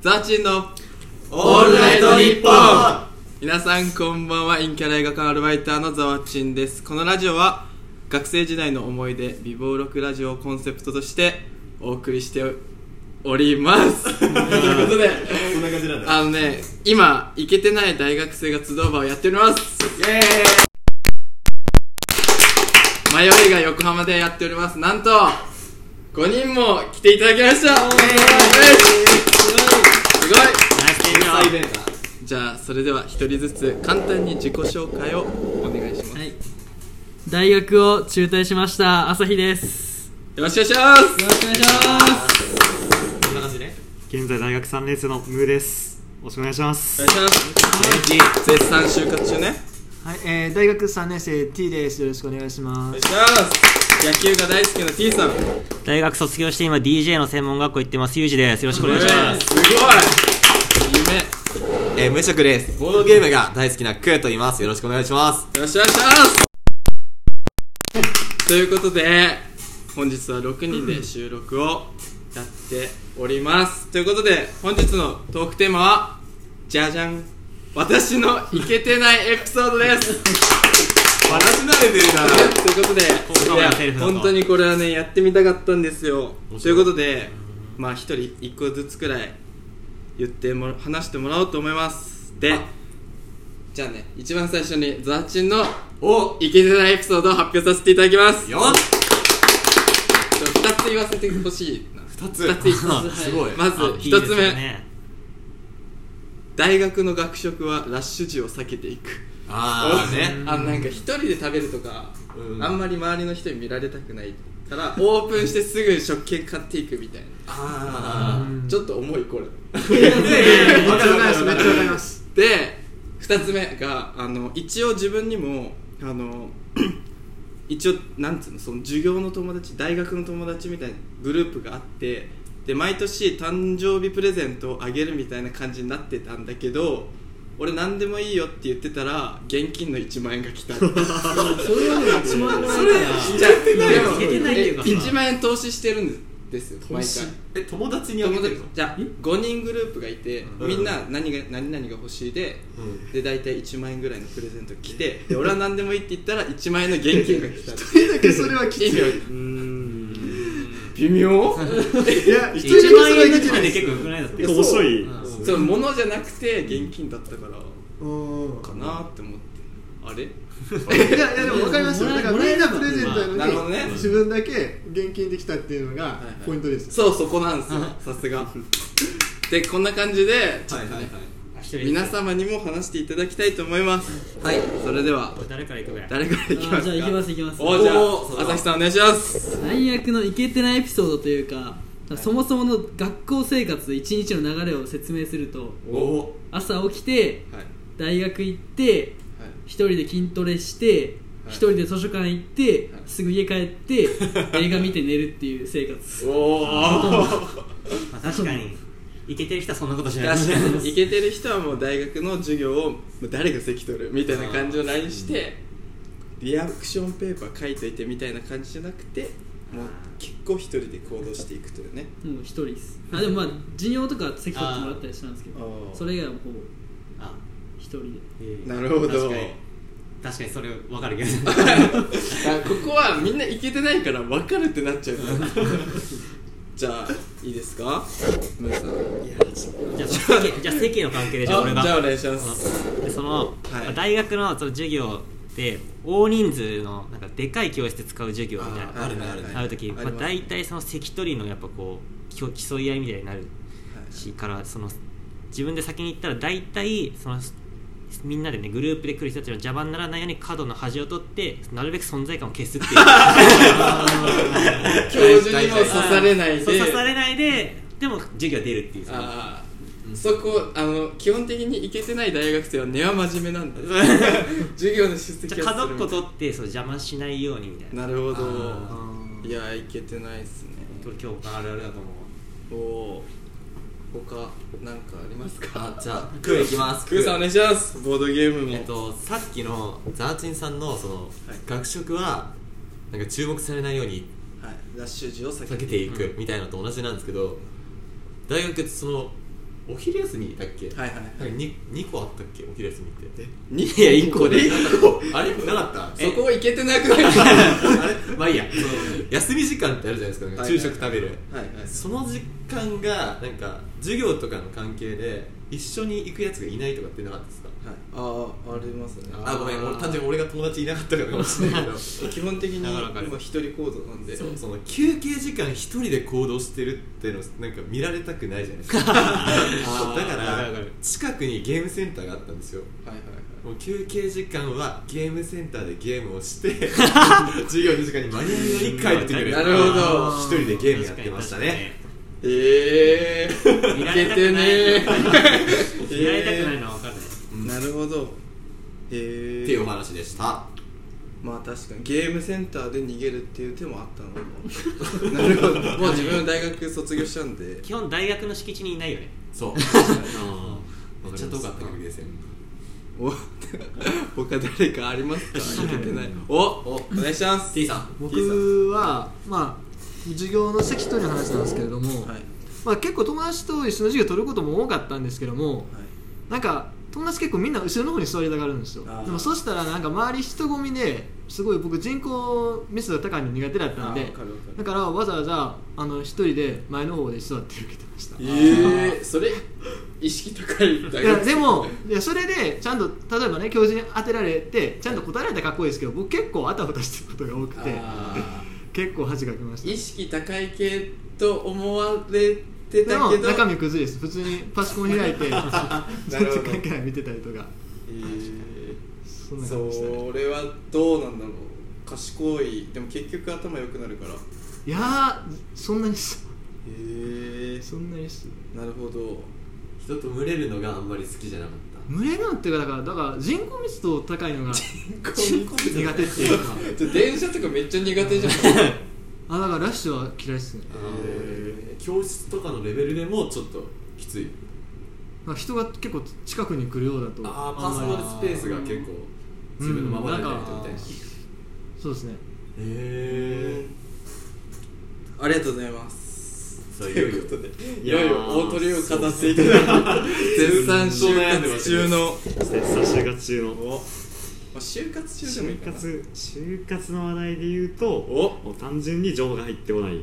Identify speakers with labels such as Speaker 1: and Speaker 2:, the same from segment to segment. Speaker 1: ザーチンの
Speaker 2: オールナイトニッポン
Speaker 1: 皆さんこんばんはインキャラ映画館アルバイターのザワチンですこのラジオは学生時代の思い出美貌録ラジオをコンセプトとしてお送りしておりますということで
Speaker 2: そんな感じなんだ
Speaker 1: あのね今イケてない大学生が集う場をやっておりますイエーイ迷いが横浜でやっておりますなんと5人も来ていただきましたイエーイすごい
Speaker 2: サイベンタ
Speaker 1: じゃあそれでは一人ずつ簡単に自己紹介をお願いします、
Speaker 3: はい大学を中退しました朝日です
Speaker 1: よろしくお願いします
Speaker 3: よろしくお願いします
Speaker 2: こんな感じね
Speaker 4: 現在大学3年生のムーですよろしくお願いします、
Speaker 1: お願いします絶賛就活中ね
Speaker 5: はい、えー、大学3年生 T です。よろしくお願いしま
Speaker 1: お願い。
Speaker 5: す
Speaker 1: します野球が大好きな T さんお
Speaker 6: 大学卒業して今 DJ の専門学校行ってますゆうじですよろしくお願いします
Speaker 1: すごい夢よ
Speaker 2: えー、無職ですボードゲームが大好きなクーと言いますよろしくお願いします
Speaker 1: ろしくお願いしますということで本日は6人で収録をやっております、ということで本日のトークテーマはじゃじゃん私のイケてないエピソードです
Speaker 2: 話慣れてるな
Speaker 1: ということで
Speaker 6: 効果音やセリ
Speaker 1: いや
Speaker 6: フだと
Speaker 1: 本当にこれはねやってみたかったんですよとい
Speaker 2: 面
Speaker 1: う
Speaker 2: 白い
Speaker 1: ことでまあ一人一個ずつくらい言っても話してもらおうと思いますでじゃあね一番最初にザーチンの
Speaker 2: お
Speaker 1: イケてないエピソードを発表させていただきます
Speaker 2: よ
Speaker 1: 2つ言わせてほしいな
Speaker 2: 二つ
Speaker 1: 2つ言います
Speaker 2: すごい
Speaker 1: まず
Speaker 6: あいい
Speaker 1: 1
Speaker 6: で
Speaker 1: つ
Speaker 6: すよ
Speaker 1: 目、
Speaker 6: ね
Speaker 1: 大学の学食はラッシュ時を避けていく
Speaker 2: あーね
Speaker 1: あのなんか一人で食べるとか、
Speaker 2: うん
Speaker 1: あんまり周りの人に見られたくないからオープンしてすぐ食券買っていくみたいな
Speaker 2: あ
Speaker 1: ちょっと重いこれ
Speaker 2: ーわかるわかる
Speaker 5: め
Speaker 2: わ
Speaker 5: っ
Speaker 2: か
Speaker 5: ちゃわかり
Speaker 2: る
Speaker 5: ます。
Speaker 1: で2つ目があの一応自分にもあの一応なんつうのその授業の友達大学の友達みたいなグループがあってで毎年誕生日プレゼントをあげるみたいな感じになってたんだけど俺何でもいいよって言ってたら現金の1万円が来たそれじゃあでも
Speaker 6: いけてないっていうか
Speaker 1: え1万円投資してるんですよ毎回
Speaker 2: え友達にあげ
Speaker 1: 友
Speaker 2: てる
Speaker 1: 達
Speaker 2: の
Speaker 1: じゃあ5人グループがいて
Speaker 2: うん
Speaker 1: みんな何が何々が欲しいで
Speaker 2: うん
Speaker 1: で大体1万円ぐらいのプレゼント来てで俺は何でもいいって言ったら1万円の現金が来た
Speaker 5: T だけそれはきつい。
Speaker 1: いい
Speaker 5: い
Speaker 1: よ微妙
Speaker 5: や、一
Speaker 6: 1
Speaker 5: 応そ
Speaker 6: 万
Speaker 5: れは
Speaker 6: 円
Speaker 5: き
Speaker 6: の
Speaker 5: つ
Speaker 6: 時点で
Speaker 5: いで。
Speaker 6: す結構よくないだって
Speaker 4: 結構面白い、
Speaker 1: そう物じゃなくて現金だったから
Speaker 5: おー
Speaker 1: かなって思ってあれ
Speaker 5: いや、いやでもわかりますよ。だからみんなプレゼント
Speaker 1: な
Speaker 5: な
Speaker 1: るほど
Speaker 5: の
Speaker 1: ね
Speaker 5: に、自分だけ現金できたっていうのが
Speaker 1: いはい
Speaker 5: ポイントです。
Speaker 1: そうそこなんですよさすがでこんな感じでちょっとね皆様にも話していただきたいと思いますはいそれでは
Speaker 6: 誰から行くぐらい
Speaker 1: 誰からいきます
Speaker 3: じゃあ行き
Speaker 1: か
Speaker 3: ます行きます
Speaker 1: おじゃ
Speaker 2: おー
Speaker 1: あ朝日さんお願いします
Speaker 3: 大学のイケてないエピソードというかそもそもの学校生活一日の流れを説明すると
Speaker 2: おお
Speaker 3: 朝起きて
Speaker 1: はい
Speaker 3: 大学行って
Speaker 1: はい
Speaker 3: 一人で筋トレして
Speaker 1: はい
Speaker 3: 一人で図書館行って
Speaker 1: はい
Speaker 3: すぐ家 帰って映画見て寝るっていう生活
Speaker 1: おお
Speaker 6: まあ確かにいけてる人はそんなことしない
Speaker 1: 確かにイケてる人はもう大学の授業をもう誰が席取るみたいな感じの LINE してリアクションペーパー書いといてみたいな感じじゃなくてもう結構一人で行動していくというね
Speaker 3: もう一人です あでもまあ授業とか席取ってもらったりしたんですけ
Speaker 1: あーあ
Speaker 3: ど
Speaker 1: ー
Speaker 3: それ以外はもうほぼ
Speaker 6: あ
Speaker 3: 一人で
Speaker 6: ええ
Speaker 1: なるほど
Speaker 6: 確かに確かにそれわかるけど
Speaker 1: あここはみんなイケてないから分かるってなっちゃうからじゃあいいですかムーさん
Speaker 6: じゃあその席じゃあ席の関係でじゃあ俺
Speaker 1: あ
Speaker 6: が
Speaker 1: じゃあお願いし ます
Speaker 6: でその、
Speaker 1: はい
Speaker 6: まあ大学のその授業で大人数のなんかでかい教室使う授業みたいな
Speaker 2: あるねあるね
Speaker 6: ある時、
Speaker 1: あ
Speaker 6: ま
Speaker 1: りま
Speaker 6: あ、
Speaker 1: すね
Speaker 6: 大体その席取りのやっぱこう競競い合いみたいになるしからその自分で先に行ったら大体そのみんなでねグループで来る人たちの邪魔にならないように角の端を取ってなるべく存在感を消すっていう
Speaker 1: 教授に も刺されないで
Speaker 6: そう 刺されないででも授業出るっていうその
Speaker 1: ああそこあの基本的にイケてない大学生は根は真面目 なんだ授業の出席は
Speaker 6: じゃあ角っこ
Speaker 1: する
Speaker 6: 取ってそう邪魔しないようにみたいな
Speaker 1: なるほど
Speaker 2: あ
Speaker 1: いやいけてないっすね
Speaker 6: これ今日あるあるだと思う
Speaker 1: おお他なんかありますか
Speaker 2: あじゃあクーいきます
Speaker 1: クーさんお願いしますボードゲームも、
Speaker 2: えっと、さっきのザーチンさんのその、学食はなんか注目されないように
Speaker 1: はい、ラッシュ時を避
Speaker 2: 避
Speaker 1: け
Speaker 2: け
Speaker 1: て
Speaker 2: ていくみたいなのと同じなんですけど、大学ってそのお昼休みだっけ、
Speaker 1: はいはいはい
Speaker 2: なんか 2, 2個あったっけお昼休みって
Speaker 1: いや1個で1個
Speaker 2: あれなかった
Speaker 1: そこいけてなくない
Speaker 2: あれまあいいや その休み時間ってあるじゃないですかなんか昼食食べる、
Speaker 1: はいはい
Speaker 2: その時間がなんか授業とかの関係で一緒に行くやつがいないとかってなかったですか
Speaker 1: はい、ああありますね
Speaker 2: あごめん俺単純に俺が友達いなかったからかもしれ ないけどそ
Speaker 1: 基本的に
Speaker 2: なかなかある
Speaker 1: 今一人行動なんで
Speaker 2: うその休憩時間一人で行動してるっていうのなんか見られたくないじゃない ですかだ
Speaker 6: ーわか
Speaker 2: か
Speaker 6: るわからる
Speaker 2: 近くにゲームセンターがあったんですよ
Speaker 1: はいはいはい
Speaker 2: もう休憩時間はゲームセンターでゲームをして 授業の時間に間に合うように帰ってくる
Speaker 1: なるほど
Speaker 2: 一人でゲームやってましたね
Speaker 1: ええー、
Speaker 6: 見
Speaker 1: い
Speaker 6: ら
Speaker 1: け
Speaker 6: れた
Speaker 1: てね
Speaker 6: くない
Speaker 1: え
Speaker 6: 見られたくないのは分かるね
Speaker 1: うんなるほどえー、
Speaker 2: っていうお話でした
Speaker 1: まあ確かにゲームセンターで逃げるっていう手もあったのかななるほどもう自分大学卒業したんで
Speaker 6: 基本大学の敷地にいないよね
Speaker 2: そう めっちゃ遠かった学芸戦
Speaker 1: お他誰かありますかいけてないおおお願いします
Speaker 2: T さん
Speaker 5: 僕はまあ授業の席との話なんですけれども、
Speaker 1: はい
Speaker 5: まあ、結構友達と一緒の授業を取ることも多かったんですけどもなんか友達結構みんな後ろの方に座りたがるんですよ
Speaker 1: あー
Speaker 5: でもそしたらなんか周り人混みですごい僕人口密度が高いの苦手だったん
Speaker 1: あー
Speaker 5: で
Speaker 1: わかるわかる
Speaker 5: だからわざわざあの一人で前の方で座って受けてました
Speaker 1: ええー、それ意識高い大
Speaker 5: いや
Speaker 1: 学
Speaker 5: でもいやそれでちゃんと例えばね教授に当てられてちゃんと答えられたらかっこいいですけど僕結構あたふたしてることが多くて
Speaker 1: あ
Speaker 5: 結構恥がきまし
Speaker 1: ー意
Speaker 5: た
Speaker 1: 識高い系と思われて
Speaker 5: で
Speaker 1: た
Speaker 5: も
Speaker 1: けど
Speaker 5: 中身崩れです普通にパソコン開いて 全
Speaker 1: るほど
Speaker 5: 然関係ない見てたりとか
Speaker 1: えー
Speaker 5: そんな感じでしたね
Speaker 1: それはどうなんだろう賢いでも結局頭良くなるからへ
Speaker 5: いやーそんなにっす
Speaker 1: え
Speaker 5: そんなにっす
Speaker 1: なるほど
Speaker 2: 人と群れるのがあんまり好きじゃなかっ
Speaker 5: 群れるのっていうかだからだから人口密度高いのが苦手っていうか
Speaker 1: ちょ電車とかめっちゃ苦手じゃん
Speaker 5: あだからラッシュは嫌いっすね
Speaker 2: た教室とかのレベルでもちょっときつい
Speaker 5: なんか人が結構近くに来るようだと
Speaker 2: ああ
Speaker 5: ん
Speaker 2: パ
Speaker 5: ま
Speaker 2: ー
Speaker 5: り
Speaker 2: ソナルスペースが結構自分のままでやりたいみたいな
Speaker 5: そうですね
Speaker 2: へえ
Speaker 1: ありがとうございます
Speaker 2: そ
Speaker 1: と
Speaker 2: う
Speaker 1: い
Speaker 2: いうう
Speaker 1: ことでい
Speaker 4: いや
Speaker 1: よい
Speaker 4: ー
Speaker 1: よ大鳥を飾っていただいて絶賛就活中の
Speaker 4: 絶賛就活中の
Speaker 1: まあ就活中でもいい
Speaker 4: 就
Speaker 1: かな
Speaker 4: 活就活の話題で言うと
Speaker 1: お
Speaker 4: もう単純に情報が入ってこない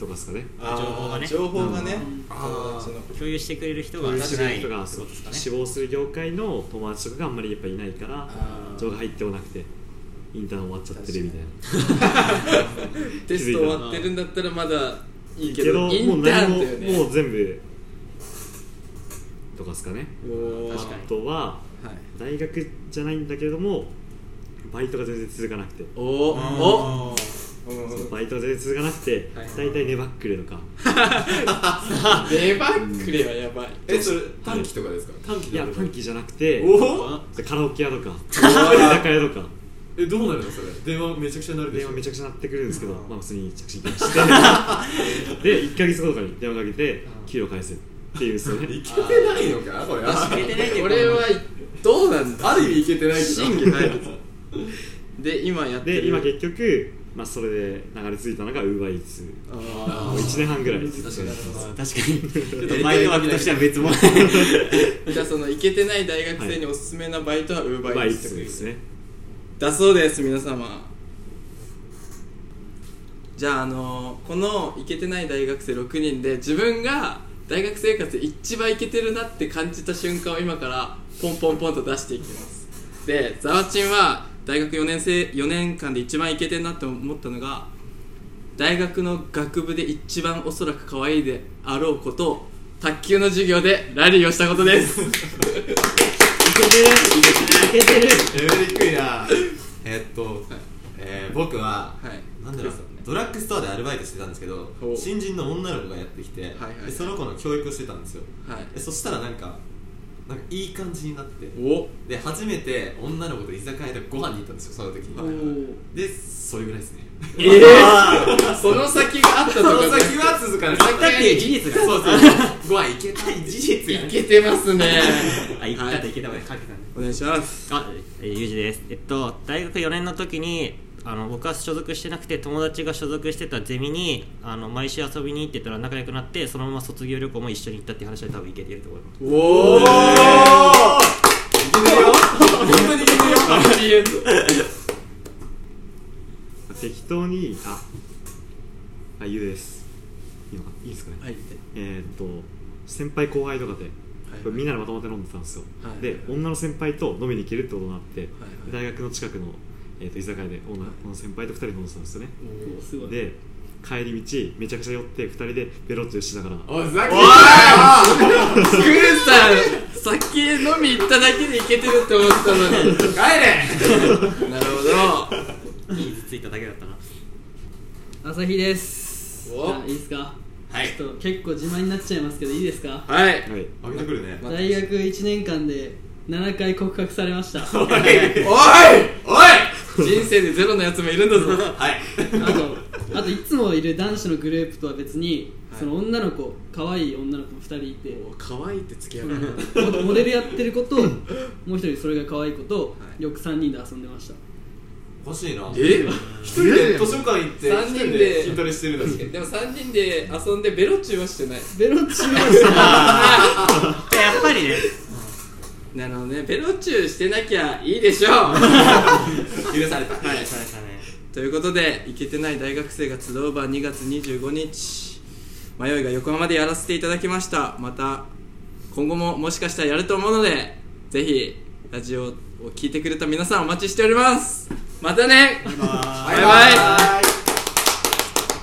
Speaker 4: とかですかね
Speaker 1: あー
Speaker 6: 情報がね
Speaker 1: 情報がね
Speaker 2: あ
Speaker 1: 友
Speaker 2: ー
Speaker 1: 達の
Speaker 6: 共有してくれる人が
Speaker 4: 友達
Speaker 6: 少
Speaker 4: の
Speaker 6: ない
Speaker 4: 人が
Speaker 6: って
Speaker 4: そ
Speaker 6: こ
Speaker 4: う
Speaker 6: とですかね
Speaker 4: 志望する業界の友達とかがあんまりやっぱいないから
Speaker 1: あー
Speaker 4: 情報が入ってこなくてインターン終わっちゃってるみたいな
Speaker 1: テスト終わってるんだったらまだいいけ
Speaker 4: けど
Speaker 1: どイ
Speaker 4: もう
Speaker 1: ンター
Speaker 4: 何
Speaker 1: ン
Speaker 4: も、
Speaker 1: だよね
Speaker 4: もう全部とかですかね
Speaker 1: おー
Speaker 6: 確かに
Speaker 4: あとは
Speaker 1: はい
Speaker 4: 大学じゃないんだけれどもバイトが全然続かなくて
Speaker 1: おおお
Speaker 4: バイトが全然続かなくて、
Speaker 1: はい
Speaker 4: 大体ネバックルとか
Speaker 1: デバックレはやばい
Speaker 2: えそれ短期とかですか短期
Speaker 4: いや短期じゃなくて
Speaker 2: お
Speaker 4: カラオケ屋とか居酒屋とか
Speaker 2: えどうなるのそれ電話めちゃくちゃになるでし
Speaker 4: 電
Speaker 2: ょ
Speaker 4: 話めちゃくちゃ鳴ってくるんですけど、まあ、普通に着信拒否し てで1か月後とかに電話かけて給料返せっていうんですよ ね
Speaker 2: いけてないのかこれ
Speaker 6: 入れてないって
Speaker 1: こ
Speaker 6: こ
Speaker 1: れ
Speaker 6: れ
Speaker 1: は
Speaker 6: は
Speaker 1: どうなんだ
Speaker 2: ある意味いけてないけど
Speaker 1: 審議ないで今やってる
Speaker 4: で今結局、まあ、それで流れ着いたのがウーバーイーツ
Speaker 1: あ
Speaker 4: もう1年半ぐらいずっと
Speaker 2: 確かに
Speaker 6: 確かにちょっとバイト枠としては別物
Speaker 1: ーじゃあそのイケてない大学生におすすめなバイトはウー
Speaker 4: ウ
Speaker 1: バ
Speaker 4: ーバ
Speaker 1: ー
Speaker 4: ー
Speaker 1: イ
Speaker 4: イ
Speaker 1: ー
Speaker 4: ーツ
Speaker 1: ツ
Speaker 4: ですね
Speaker 1: だそうです皆様じゃああのこのイケてない大学生6人で自分が大学生活で一番イケてるなって感じた瞬間を今からポンポンポンと出していきますでざわちんは大学4年生4年間で一番イケてるなって思ったのが大学の学部で一番おそらく可愛いであろうことを卓球の授業でラリーをしたことです
Speaker 6: いけてる
Speaker 2: えー、びっくりなえーっと、えー僕は、
Speaker 1: はい
Speaker 2: なんだろ
Speaker 1: クリ
Speaker 2: う
Speaker 1: スさんね
Speaker 2: ドラッグストアでアルバイトしてたんですけど
Speaker 1: ほう
Speaker 2: 新人の女の子がやってきて、
Speaker 1: はいはい
Speaker 2: でその子の教育をしてたんですよ、
Speaker 1: はい
Speaker 2: でそしたらなんかなんかいい感じになって
Speaker 1: お
Speaker 2: で初めて女の子と居酒屋でご飯に行ったんですよその時
Speaker 1: はいはい
Speaker 2: にでそれぐらいですね
Speaker 1: ええその先があったと
Speaker 2: そ
Speaker 1: か
Speaker 2: の先は続かない
Speaker 1: 先がいい
Speaker 2: 事実がそう そうご飯行けたい事実が
Speaker 1: いけてますね
Speaker 6: あ行ったと行けたまでかけたんだ
Speaker 1: お願いします
Speaker 6: あ、えーゆうじです。えっと、大学4年の時に、あの僕は所属してなくて友達が所属してたゼミにあの毎週遊びに行ってたら仲良くなってそのまま卒業旅行も一緒に行ったっていう話は多分いけてると思います
Speaker 1: おおいけてるよ本当にいけてるよあんまり言えず
Speaker 4: 適当にああゆうですいいのかいいですかね、
Speaker 1: はい
Speaker 4: えーっと先輩後輩とかで、これみんなでまとまって飲んでたんですよ、
Speaker 1: はい
Speaker 4: で女の先輩と飲みに行けるってことになって、
Speaker 1: はい
Speaker 4: 大学の近くの、えーっと居酒屋で女の先輩と2人で飲んでたんですよね、
Speaker 1: お
Speaker 3: すごい
Speaker 4: で帰り道めちゃくちゃ酔って2人でベロッとしながら
Speaker 2: おいふざけんな
Speaker 1: スクーさん酒飲み行っただけでいけてるって思ったのに帰れなるほど
Speaker 6: いい傷ついただけだったな
Speaker 3: 朝日です
Speaker 1: お
Speaker 3: あいいですか
Speaker 2: はい
Speaker 3: ちょっと結構自慢になっちゃいますけどいいですか
Speaker 1: はい
Speaker 4: はい
Speaker 2: よ上げてくるね
Speaker 1: ま
Speaker 3: 大学1年間で7回告白されました あ
Speaker 2: おい
Speaker 1: おい人生でゼロのやつもいるんだぞ
Speaker 2: はい
Speaker 3: とあといつもいる男子のグループとは別に、
Speaker 1: はい
Speaker 3: その女の子可愛い女の子も2人いて
Speaker 1: 可愛いってつけやがる
Speaker 3: モモデルやってる子と もう一人それが可愛い子と、よく3人で遊んでました
Speaker 2: おかしいな
Speaker 1: え
Speaker 2: 一人で図書館行って
Speaker 1: 三人
Speaker 2: 一人
Speaker 1: で
Speaker 2: で筋トレしてるんだし
Speaker 1: でも3人で遊んでベロチューはしてない
Speaker 3: ベロチューはしてない
Speaker 6: でやっぱりね
Speaker 1: なるほどねベロチューしてなきゃいいでしょ う
Speaker 2: 許された
Speaker 6: はいそうですね
Speaker 1: ということでイケてない大学生が集う場2月25日迷いが横浜でやらせていただきましたまた今後ももしかしたらやると思うのでぜひラジオを聞いてくれた皆さんお待ちしておりますまたねバイバイ
Speaker 2: バイ